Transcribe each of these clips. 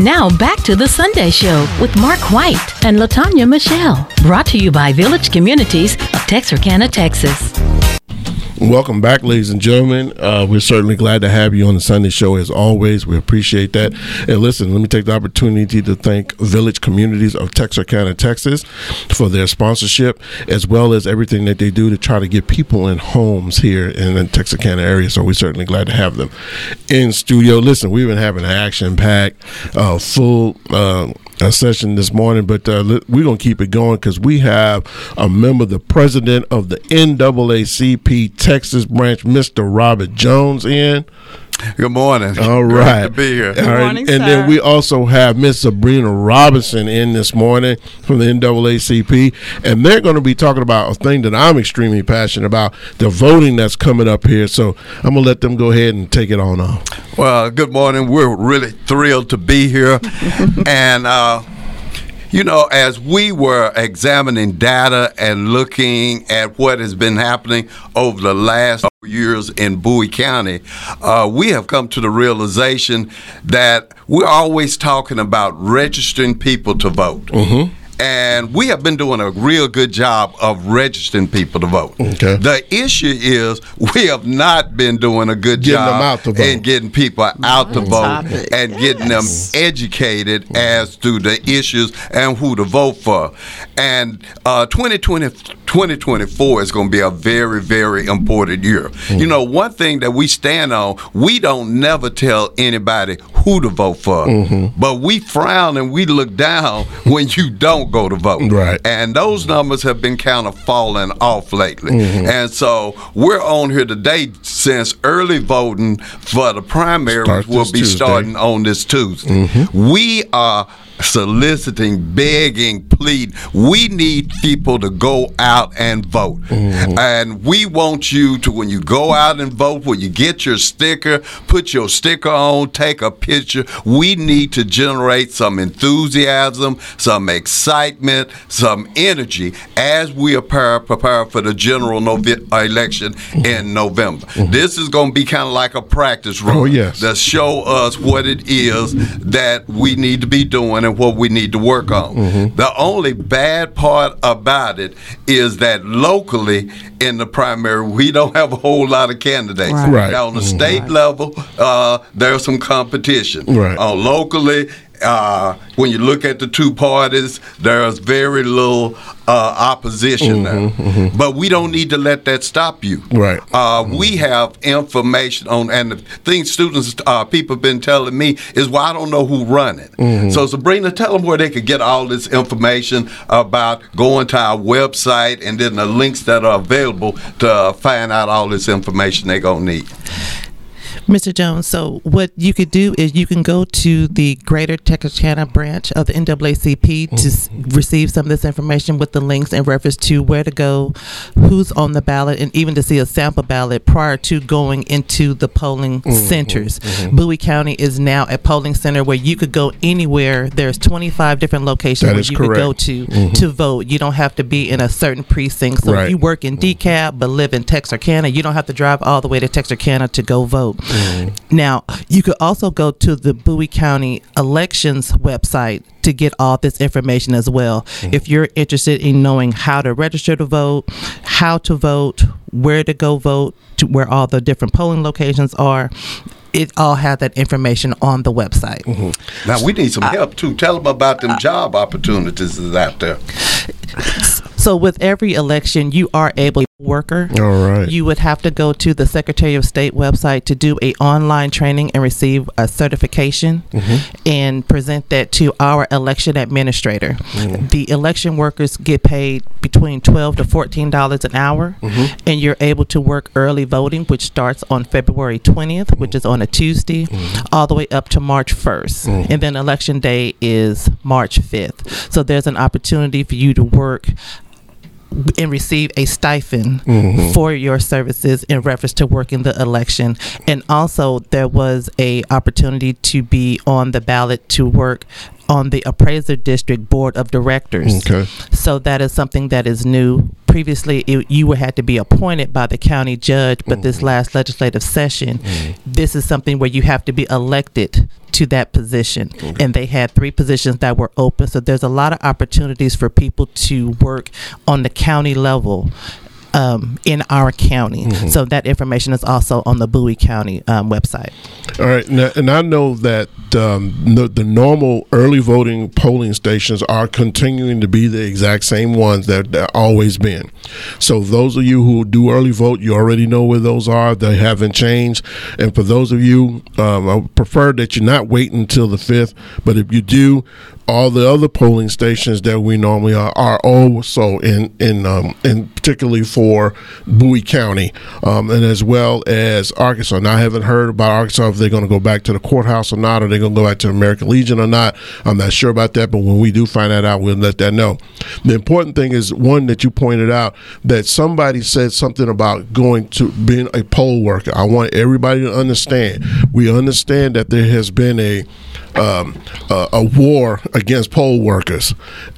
Now back to the Sunday Show with Mark White and Latanya Michelle. Brought to you by Village Communities of Texarkana, Texas. Welcome back, ladies and gentlemen. Uh, we're certainly glad to have you on the Sunday show as always. We appreciate that. And listen, let me take the opportunity to thank Village Communities of Texarkana, Texas for their sponsorship, as well as everything that they do to try to get people in homes here in the Texarkana area. So we're certainly glad to have them in studio. Listen, we've been having an action packed, uh, full. Uh, a session this morning, but uh, li- we're going to keep it going because we have a member, the president of the NAACP Texas branch, Mr. Robert Jones, in. Good morning. All right. Great to be here. All right. morning, and sir. then we also have Miss Sabrina Robinson in this morning from the NAACP. And they're going to be talking about a thing that I'm extremely passionate about the voting that's coming up here. So I'm going to let them go ahead and take it on off. Well, good morning. We're really thrilled to be here. and, uh, you know, as we were examining data and looking at what has been happening over the last couple years in Bowie County, uh, we have come to the realization that we're always talking about registering people to vote. Mm-hmm. And we have been doing a real good job of registering people to vote. Okay. The issue is we have not been doing a good Getting job them out to vote. in getting people out to vote topic. and getting them educated as to the issues and who to vote for. And uh, 2020, 2024 is going to be a very, very important year. You know, one thing that we stand on, we don't never tell anybody who to vote for, but we frown and we look down when you don't go to vote. Right. And those numbers have been kind of falling off lately. Mm-hmm. And so we're on here today since early voting for the primaries Start will this be Tuesday. starting on this Tuesday. We are soliciting, begging, pleading. We need people to go out and vote. And we want you to, when you go out and vote, when you get your sticker, put your sticker on, take a picture. We need to generate some enthusiasm, some excitement, some energy as we prepare, prepare for the general Nove- election in November. This is going to be kind of like a practice run Mm-hmm. Oh, yes. to show us what it is that we need to be doing and what we need to work on. The only bad part about it is that locally in the primary, we don't have a whole lot of candidates. Right. Right. Now, on the state level, uh, there's some competition. Right. Uh, locally, uh, when you look at the two parties, there's very little uh, opposition there. But we don't need to let that stop you. Right. Uh, We have information on, and the thing students, uh, people have been telling me is, well, I don't know who run it. So, Sabrina, tell them where they could get all this information about going to our website and then the links that are available to uh, find out all this information they're going to need. Mr. Jones, so what you could do is you can go to the Greater Texarkana branch of the NAACP to s- Mm-hmm. receive some of this information with the links in reference to where to go, who's on the ballot, and even to see a sample ballot prior to going into the polling Mm-hmm. centers. Bowie County is now a polling center where you could go anywhere. There's 25 different locations That where is you could go correct. to to vote. You don't have to be in a certain precinct. Mm-hmm. So Right. Mm-hmm. if you work in DeKalb but live in Texarkana, you don't have to drive all the way to Texarkana to go vote. Mm-hmm. Now, you could also go to the Bowie County Elections website to get all this information as well. Mm-hmm. If you're interested in knowing how to register to vote, how to vote, where to go vote, to where all the different polling locations are, it all has that information on the website. Mm-hmm. Now, we need some help too. Tell them about them job opportunities that's out there. So with every election, you are able worker. All right. You would have to go to the Secretary of State website to do a online training and receive a certification and present that to our election administrator. The election workers get paid between 12 to 14 dollars an hour and you're able to work early voting which starts on February 20th, which is on a Tuesday, all the way up to March 1st. And then election day is March 5th. So there's an opportunity for you to work and receive a stipend for your services in reference to working the election and also there was a opportunity to be on the ballot to work on the appraiser district board of directors Okay. so that is something that is new previously it, you would had to be appointed by the county judge but this last legislative session this is something where you have to be elected to that position. And they had three positions that were open. So there's a lot of opportunities for people to work on the county level. Um, in our county. So that information is also on the Bowie County um, website. All right, now, and I know that um, the, the normal early voting polling stations are continuing to be the exact same ones that that always been. So those of you who do early vote, you already know where those are. They haven't changed. And for those of you, um, I would prefer that you not wait until the fifth. But if you do, all the other polling stations that we normally are are also in in um, in particularly for Bowie County um, and as well as Arkansas. Now I haven't heard about Arkansas if they're going to go back to the courthouse or not, or they're going to go back to the American Legion or not. I'm not sure about that, but when we do find that out, we'll let that know. The important thing is one that you pointed out that somebody said something about going to being a poll worker. I want everybody to understand. We understand that there has been a um, a, a war against poll workers.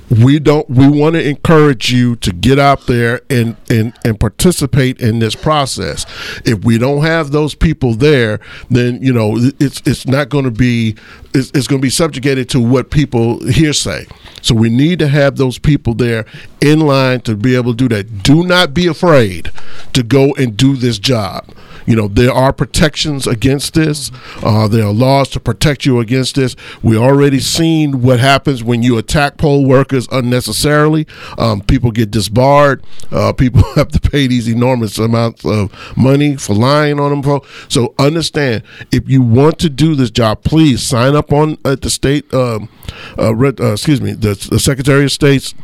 We don't. We want to encourage you to get out there and, and and participate in this process. If we don't have those people there, then you know it's it's not going to be it's, it's going to be subjugated to what people hearsay. So we need to have those people there in line to be able to do that. Do not be afraid to go and do this job. You know, there are protections against this. Uh, there are laws to protect you against this. We already seen what happens when you attack poll workers unnecessarily. Um, people get disbarred. Uh, people have to pay these enormous amounts of money for lying on them. fo- So understand, if you want to do this job, please sign up on at the state, um, uh, re- uh, excuse me, the, the Secretary of State's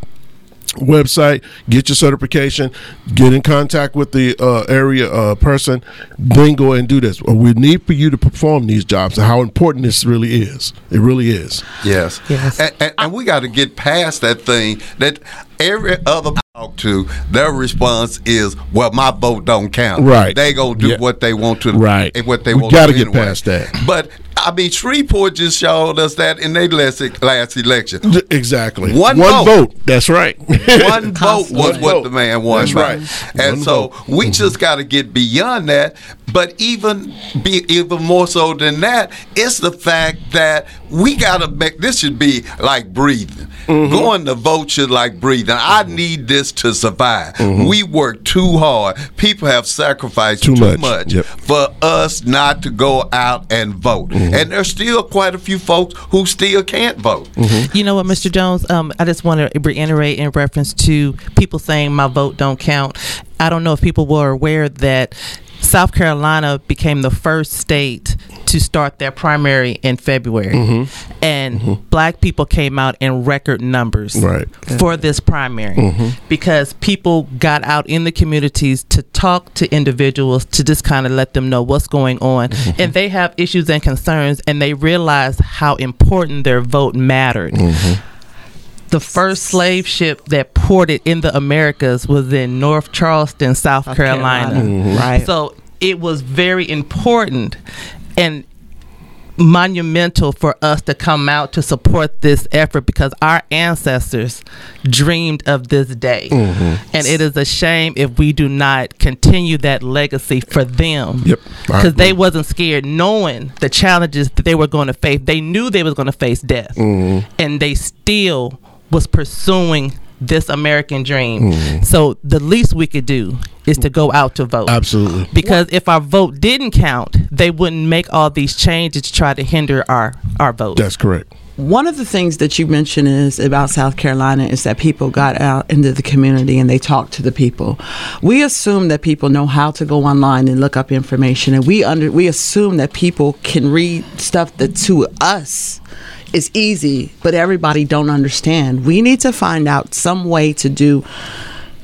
website get your certification get in contact with the uh, area uh, person then go and do this Well, we need for you to perform these jobs and how important this really is it really is Yes. Yes. And, and, and we got to get past that thing that every other I talk to their response is, "Well, my vote don't count." Right. They gonna do Yeah. what they want to. Right. And what they We want. to gotta do get anyway. past that. But I mean, Shreveport just showed us that in their last last election. Th- exactly One vote. that's right One vote was One what vote. the man won. That's by. right. And One so vote. we just got to get beyond that. But even be even more so than that, it's the fact that we got to make this should be like breathing. Going to vote should like breathing. I need this to survive. We work too hard. People have sacrificed too, Too much, much. Yep. for us not to go out and vote. And there's still quite a few folks who still can't vote. You know what, Mr. Jones? Um, I just want to reiterate in reference to people saying my vote don't count. I don't know if people were aware that South Carolina became the first state to start their primary in February, and black people came out in record numbers Right. for this primary because people got out in the communities to talk to individuals to just kind of let them know what's going on and they have issues and concerns and they realize how important their vote mattered the first slave ship that ported in the Americas was in North Charleston, South, Carolina. Right. So it was very important and monumental for us to come out to support this effort because our ancestors dreamed of this day. And it is a shame if we do not continue that legacy for them. Yep. I Because they agree. wasn't scared knowing the challenges that they were going to face. They knew they was going to face death. Mm-hmm. And they still was pursuing this American dream. Mm-hmm. So the least we could do is to go out to vote. absolutely Because if our vote didn't count, they wouldn't make all these changes to try to hinder our our vote. that's correct One of the things that you mentioned is about South Carolina is that people got out into the community and they talked to the people. We assume that people know how to go online and look up information, and we under we assume that people can read stuff that to us is easy, but everybody don't understand. We need to find out some way to do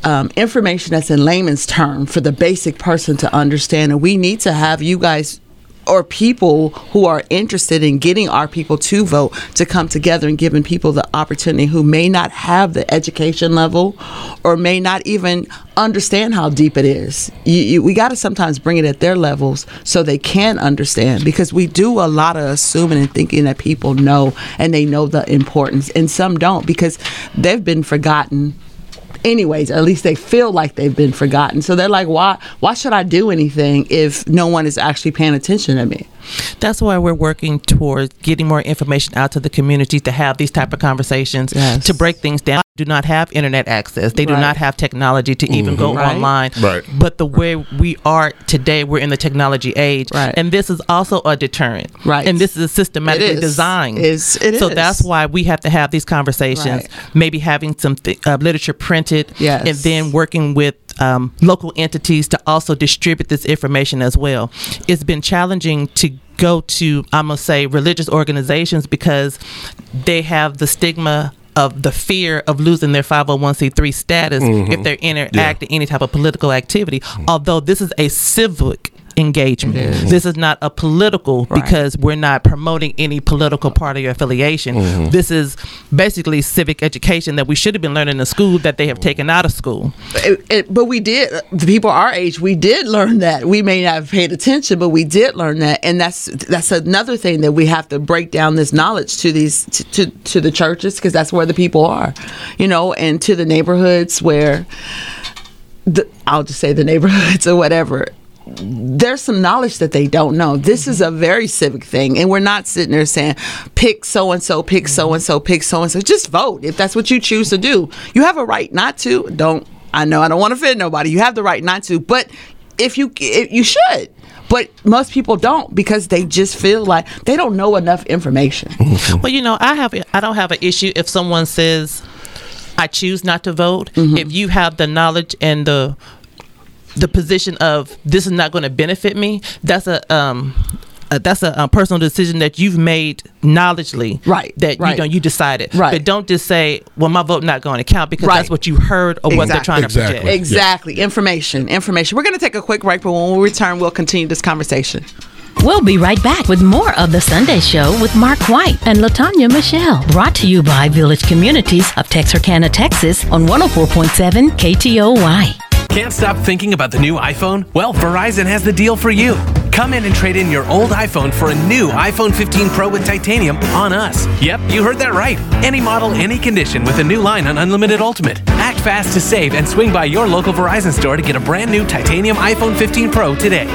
um, information that's in layman's term for the basic person to understand, and we need to have you guys or people who are interested in getting our people to vote to come together and giving people the opportunity who may not have the education level or may not even understand how deep it is. You, you, we got to sometimes bring it at their levels so they can understand because we do a lot of assuming and thinking that people know and they know the importance and some don't because they've been forgotten anyways at least they feel like they've been forgotten so they're like why why should i do anything if no one is actually paying attention to me That's why we're working towards getting more information out to the community to have these type of conversations Yes. to break things down. Do not have internet access. They do Right. Mm-hmm. not have technology to even go Right. online. Right. But the way we are today, we're in the technology age, Right. and this is also a deterrent. Right. And this is systematically It is. designed. It's- it so is. that's why we have to have these conversations. Right. Maybe having some th- uh, literature printed, Yes. and then working with um, local entities to also distribute this information as well. It's been challenging to go to, I'm going to say, religious organizations because they have the stigma of the fear of losing their 501c3 status if they're interacting any type of political activity. Although this is a civic engagement. This is not a political because we're not promoting any political party or affiliation. This is basically civic education that we should have been learning in school that they have taken out of school. it, it, but we did the people our age we did learn that we may not have paid attention but we did learn that and that's that's another thing that we have to break down this knowledge to these to to, to the churches because that's where the people are you know and to the neighborhoods where the, I'll just say the neighborhoods or whatever. There's some knowledge that they don't know. This is a very civic thing, and we're not sitting there saying, pick so and so, pick so and so, pick so and so. Just vote if that's what you choose to do. You have a right not to. Don't, I know I don't want to offend nobody. You have the right not to, but if you, if you should. But most people don't because they just feel like they don't know enough information. Well, you know, I have I don't have an issue if someone says I choose not to vote. Mm-hmm. If you have the knowledge and the the position of this is not going to benefit me, that's a um uh, that's a, um personal decision that you've made knowledgeably, Right, That right. you know you decided, Right. But don't just say, "Well, my vote not going to count," because that's Right. what you heard or what they're Exactly. trying Exactly. to project. Exactly. Information. Information. We're going to take a quick break, but when we return, we'll continue this conversation. We'll be right back with more of The Sunday Show with Mark White and Latanya Michelle. Brought to you by Village Communities of Texarkana, Texas on 104.7 KTOY. Can't stop thinking about the new iPhone? Well, Verizon has the deal for you. Come in and trade in your old iPhone for a new iPhone 15 Pro with titanium on us. Yep, you heard that right. Any model, any condition with a new line on Unlimited Ultimate. Act fast to save and swing by your local Verizon store to get a brand new titanium iPhone 15 Pro today.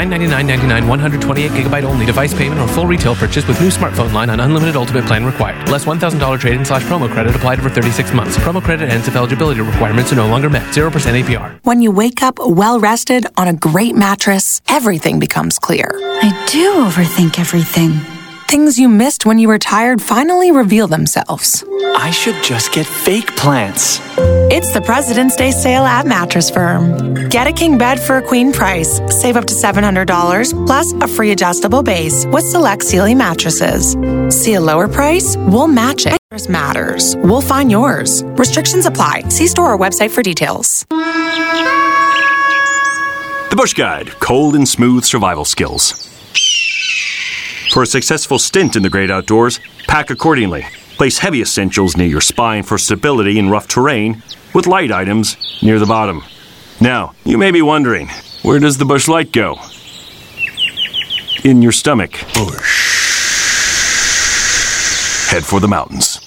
$999.99, 128 gigabyte only device payment or full retail purchase with new smartphone line on Unlimited Ultimate plan required. Less $1,000 trade in slash promo credit applied over 36 months. Promo credit ends if eligibility requirements are no longer met. 0% APR. When you wake up well rested on a great mattress, everything becomes clear. I do overthink everything. Things you missed when you were tired finally reveal themselves. I should just get fake plants. It's the President's Day sale at Mattress Firm. Get a king bed for a queen price. Save up to $700 plus a free adjustable base with select Sealy mattresses. See a lower price? We'll match it. Mattress Matters. We'll find yours. Restrictions apply. See store or website for details. The Bush Guide Cold and Smooth Survival Skills. For a successful stint in the great outdoors, pack accordingly. Place heavy essentials near your spine for stability in rough terrain, with light items near the bottom. Now, you may be wondering where does the bush light go? In your stomach. Head for the mountains.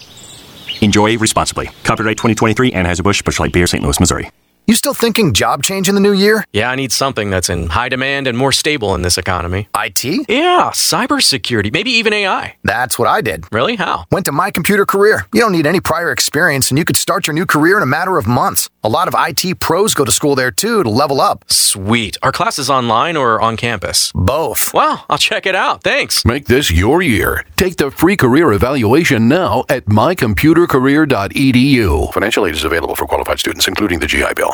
Enjoy responsibly. Copyright 2023 Anheuser-Busch Bushlight Beer, St. Louis, Missouri. You still thinking job change in the new year? Yeah, I need something that's in high demand and more stable in this economy. IT? Yeah, cybersecurity, maybe even AI. That's what I did. Really? How? Went to My Computer Career. You don't need any prior experience, and you could start your new career in a matter of months. A lot of IT pros go to school there too to level up. Sweet. Are classes online or on campus? Both. Wow, I'll check it out. Thanks. Make this your year. Take the free career evaluation now at mycomputercareer.edu. Financial aid is available for qualified students, including the GI Bill.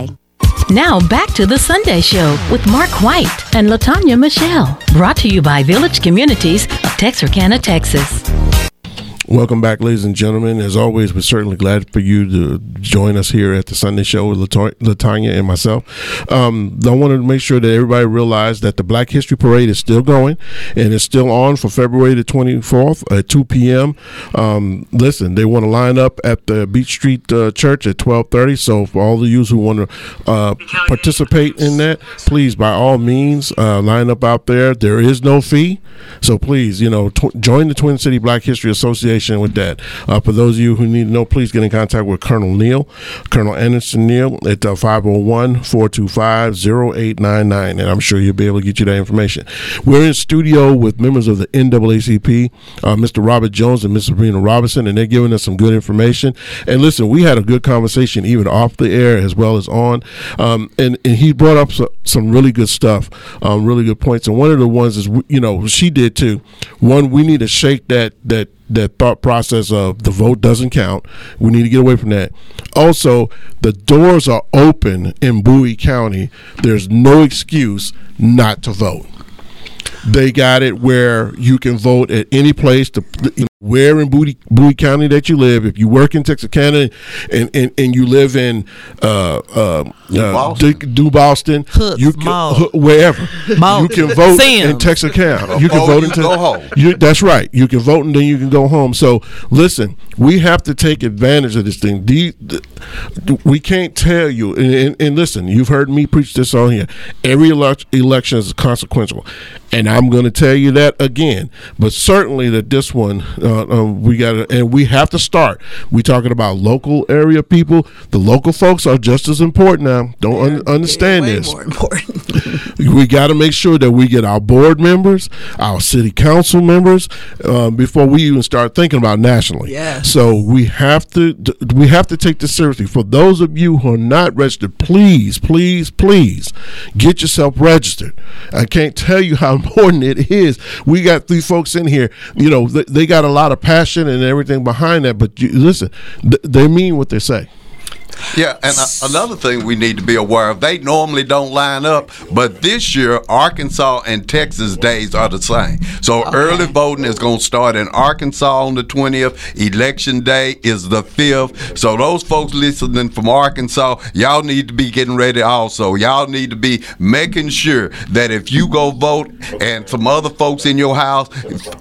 Now back to the Sunday Show with Mark White and Latanya Michelle. Brought to you by Village Communities of Texarkana, Texas. Welcome back, ladies and gentlemen. As always, we're certainly glad for you to join us here at the Sunday Show with Lato- Latanya and myself. Um, I wanted to make sure that everybody realized that the Black History Parade is still going and it's still on for February the 24th at 2 p.m. Um, listen, they want to line up at the Beach Street uh, Church at 12:30. So for all of you who want to uh, participate in that, please, by all means, uh, line up out there. There is no fee, so please, you know, tw- join the Twin City Black History Association with that. Uh, for those of you who need to know, please get in contact with Colonel Neal, Colonel Anderson Neal at uh, 501 425 0899, and I'm sure you'll be able to get you that information. We're in studio with members of the NAACP, uh, Mr. Robert Jones and Ms. Sabrina Robinson, and they're giving us some good information. And listen, we had a good conversation even off the air as well as on, um, and, and he brought up so, some really good stuff, um, really good points. And one of the ones is, you know, she did too. One, we need to shake that that that thought process of the vote doesn't count. We need to get away from that. Also, the doors are open in Bowie County. There's no excuse not to vote. They got it where you can vote at any place to where in Bowie, Bowie County that you live. If you work in Texarkana and and, and you live in uh, uh, uh, Boston. Dick- Do Boston, you can, Hook- wherever Mall. you can vote in Sims. Texarkana. You can Oh, vote you in Tex- go home. you, that's right. You can vote and then you can go home. So listen, we have to take advantage of this thing. The, the- we can't tell you. And, and, and listen, you've heard me preach this on here. Every elec election is consequential, and I'm going to tell you that again. But certainly that this one, uh, uh, we got, and we have to start. We talking about local area people. The local folks are just as important now. Don't un- understand way this more important. we got to make sure that we get our board members, our city council members, uh, before we even start thinking about nationally. Yes. So we have to d- we have to take this seriously. For those of you who are not registered, please, please, please get yourself registered. I can't tell you how important it is. We got three folks in here. You know, they, they got a lot of passion and everything behind that. But you, listen, th- they mean what they say. Yeah, and uh, another thing we need to be aware of, they normally don't line up, but this year Arkansas and Texas days are the same. So early voting is going to start in Arkansas on the 20th, election day is the 5th. So those folks listening from Arkansas, y'all need to be getting ready also. Y'all need to be making sure that if you go vote and some other folks in your house,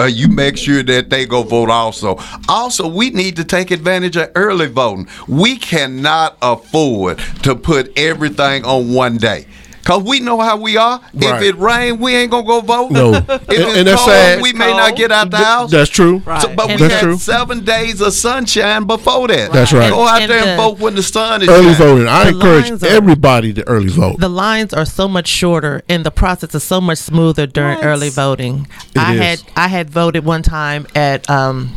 uh, you make sure that they go vote also. Also, we need to take advantage of early voting. We cannot afford to put everything on one day. Cause we know how we are. Right. If it rain, we ain't gonna go vote. No. if And- it's and that's cold, sad. we may not get out the Th- house. that's true. So- but we That's had true. seven days of sunshine before that. That's right. Go out And there and the- vote when the sun is Early shining. voting. I The encourage lines are- everybody to early vote. the lines are so much shorter and the process is so much smoother during early voting. I is. had I had voted one time at um,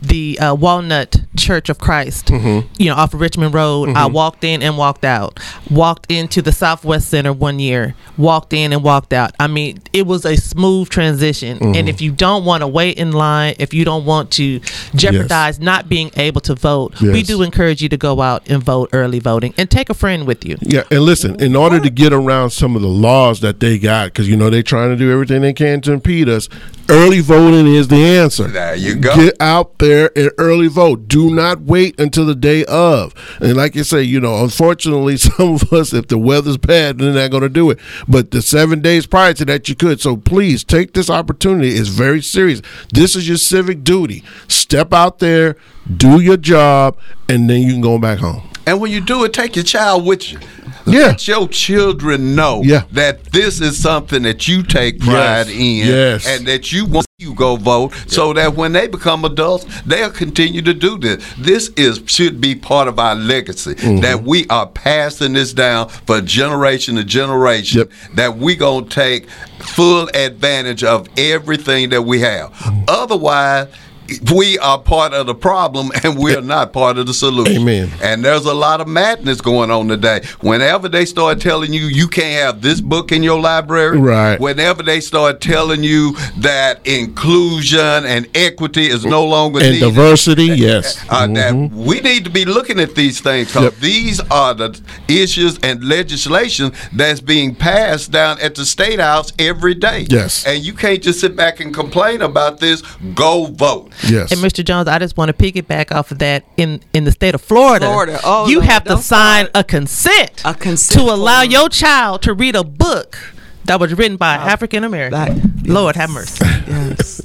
the uh, Walnut Church of Christ, Mm-hmm. you know, off of Richmond Road. I walked in and walked out. Walked into the Southwest Center one year. Walked in and walked out. I mean, it was a smooth transition. Mm-hmm. And if you don't want to wait in line, if you don't want to jeopardize not being able to vote, we Yes. do encourage you to go out and vote early voting and take a friend with you. Yeah, and listen, in order to get around some of the laws that they got, because you know they're trying to do everything they can to impede us, early voting is the answer. There you go. Get out there and early vote. Do not wait until the day of. And like you say, you know, unfortunately, some of us, if the weather's bad, they're not going to do it. But the seven days prior to that, you could. So please take this opportunity. It's very serious. This is your civic duty. Step out there, do your job, and then you can go back home. And when you do it, take your child with you. Yeah. Let your children know Yeah. that this is something that you take pride Yes. in Yes. and that you want you go vote so that when they become adults, they'll continue to do this. This is should be part of our legacy Mm-hmm. that we are passing this down for generation to generation Yep. that we going to take full advantage of everything that we have. Mm-hmm. Otherwise, we are part of the problem and we are not part of the solution. Amen. And there's a lot of madness going on today. Whenever they start telling you you can't have this book in your library, Right. Whenever they start telling you that inclusion and equity is no longer And needed, diversity, yes. uh, that we need to be looking at these things 'cause Yep. these are the issues and legislation that's being passed down at the state house every day. Yes. and you can't just sit back and complain about this. Go vote. Yes. And Mr. Jones, I just want to piggyback off of that. In in the state of Florida, Florida. Oh, you Lord, have to don't sign a consent, a consent to allow your child to read a book that was written by African American. Lord have mercy.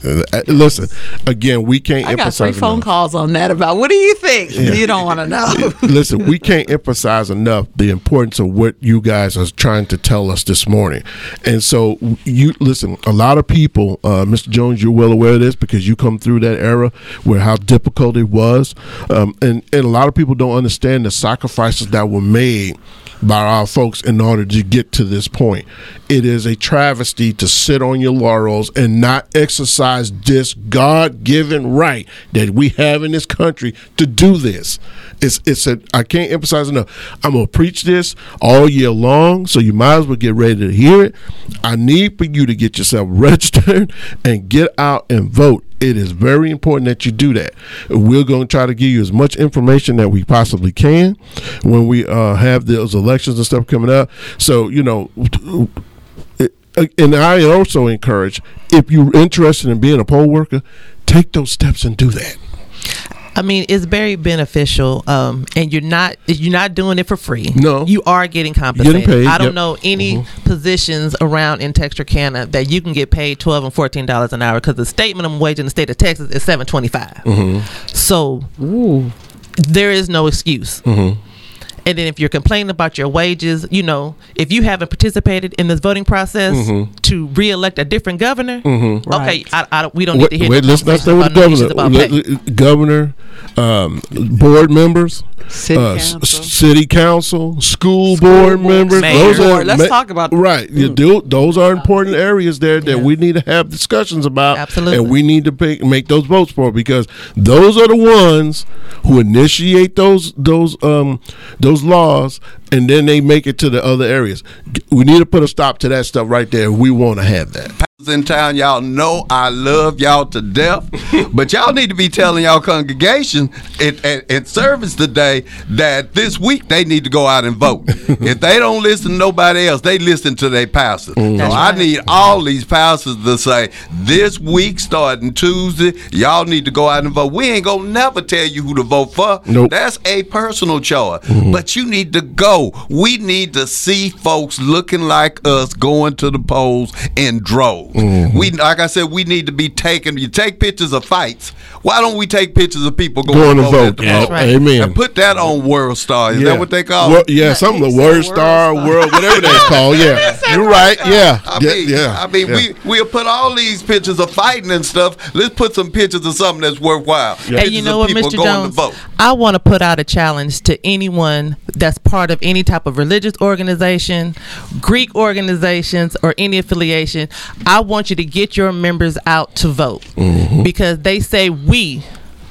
Uh, uh, Listen, again, we can't I got emphasize three phone enough. calls on that about what do you think? Yeah. You don't want to know. Listen, we can't emphasize enough the importance of what you guys are trying to tell us this morning. And so, you listen, a lot of people, uh, Mr. Jones, you're well aware of this because you come through that era where how difficult it was. Um, and, and a lot of people don't understand the sacrifices that were made by our folks in order to get to this point. It is a travesty to sit on your laurels and not exercise this God given right that we have in this country to do this. It's it's a I can't emphasize enough. I'm gonna preach this all year long, so you might as well get ready to hear it. I need for you to get yourself registered and get out and vote. It is very important that you do that. We're going to try to give you as much information that we possibly can when we uh, have those elections and stuff coming up. So, you know, it- and I also encourage if you're interested in being a poll worker, take those steps and do that. I mean, it's very beneficial, um, and you're not you're not doing it for free. No. you are getting compensated. paid, I don't yep. Mm-hmm. know any positions around in Texarkana that you can get paid twelve and fourteen dollars an hour because the state minimum wage in the state of Texas is seven twenty five. Mm-hmm. So there is no excuse. Mm-hmm. And then if you're complaining about your wages, you know, if you haven't participated in this voting process Mhm. to reelect a different governor, Mhm. okay, I, I don't, we don't Wait, need to hear wait, no let's not stay conversations with the about no governor. issues about Let- pay. let- governor, um, board members, city, council. Uh, city council, school, board members. Mayor. Board. Let's talk about- right. You do those are important areas there that we need to have discussions about, Absolutely. and we need to pick, make those votes for because those are the ones who initiate those those um those laws. And then they make it to the other areas. We need to put a stop to that stuff right there. We want to have that. pastors in town, y'all know I love y'all to death, but y'all need to be telling y'all congregation at, at, at service today that this week they need to go out and vote. if they don't listen to nobody else, they listen to their pastors. So That's I need all these pastors to say, this week starting Tuesday, y'all need to go out and vote. We ain't gonna never tell you who to vote for. Nope. That's a personal choice. Mm-hmm. But you need to go. We need to see folks looking like us going to the polls in droves. Mm-hmm. We like I said, we need to be taking you take pictures of fights. Why don't we take pictures of people going, Going to, to vote? vote. at the Yeah, polls? right. Amen. And put that on World Star. Is that what they call Wor- it? yeah, something the word star, world, whatever that's called. Yeah, you're right. Yeah, I yeah, mean, yeah. I mean, yeah. we we'll put all these pictures of fighting and stuff. Let's put some pictures of something that's worthwhile. And Pictures you of know what, people Mr. going to Jones? vote. I want to put out a challenge to anyone that's part of any type of religious organization, Greek organizations, or any affiliation. I want you to get your members out to vote Mm-hmm. because they say we.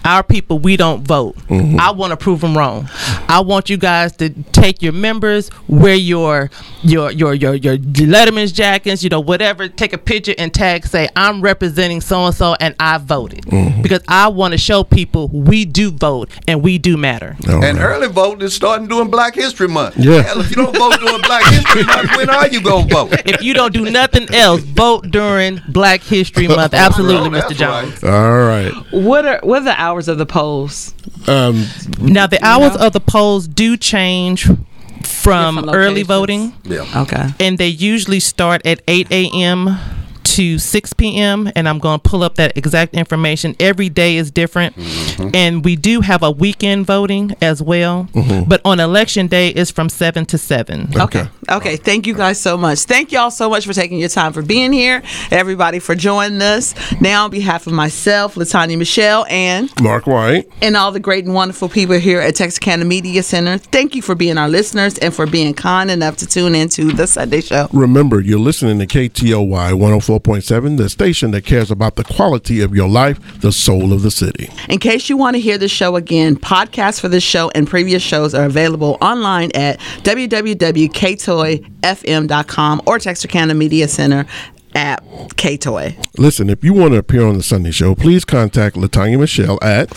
Our people, we don't vote. Mm-hmm. I want to prove them wrong. I want you guys to take your members, wear your your your your your Letterman's jackets, you know, whatever. Take a picture and tag, say I'm representing so and so, and I voted because I want to show people we do vote and we do matter. and early voting is starting doing Black History Month. Yeah. Hell, if you don't vote during Black History Month, when are you going to vote? If you don't do nothing else, vote during Black History Month. Absolutely, Mr. Jones. All right. What are what are the hours of the polls? Um, Now the hours of the polls do change from early voting. Yeah. Okay. And they usually start at 8 a.m. to 6 p.m. And I'm going to pull up that exact information. Every day is different. And we do have a weekend voting as well. Mhm. But on election day, it's from 7 to 7. Okay. Okay, thank you guys so much. Thank y'all so much for taking your time for being here. Everybody for joining us. Now, on behalf of myself, Latanya Michelle, and Mark White. and all the great and wonderful people here at Texarkana Media Center, thank you for being our listeners and for being kind enough to tune into the Sunday Show. Remember, you're listening to KTOY 104.7, the station that cares about the quality of your life, the soul of the city. In case you want to hear the show again, podcasts for this show and previous shows are available online at www.ktoyfm.com or Texarkana Media Center app Ktoy. Listen, if you want to appear on the Sunday show, please contact Latanya Michelle at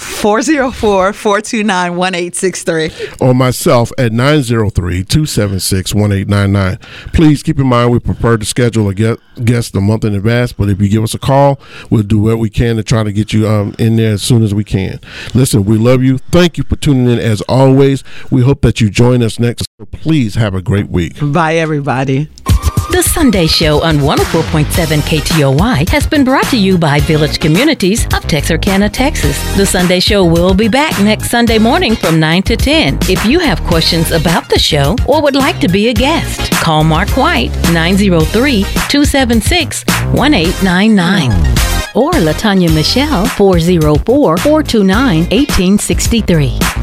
404-429-1863. or myself at 903-276-1899. Please keep in mind we prefer to schedule a gue- guest a month in advance, but if you give us a call, we'll do what we can to try to get you um, in there as soon as we can. Listen, we love you. Thank you for tuning in as always. We hope that you join us next. Please have a great week. Bye everybody. The Sunday Show on 104.7 KTOY has been brought to you by Village Communities of Texarkana, Texas. The Sunday Show will be back next Sunday morning from 9 to 10. If you have questions about the show or would like to be a guest, call Mark White 903 276 1899 oh or Latanya Michelle 404 429 1863.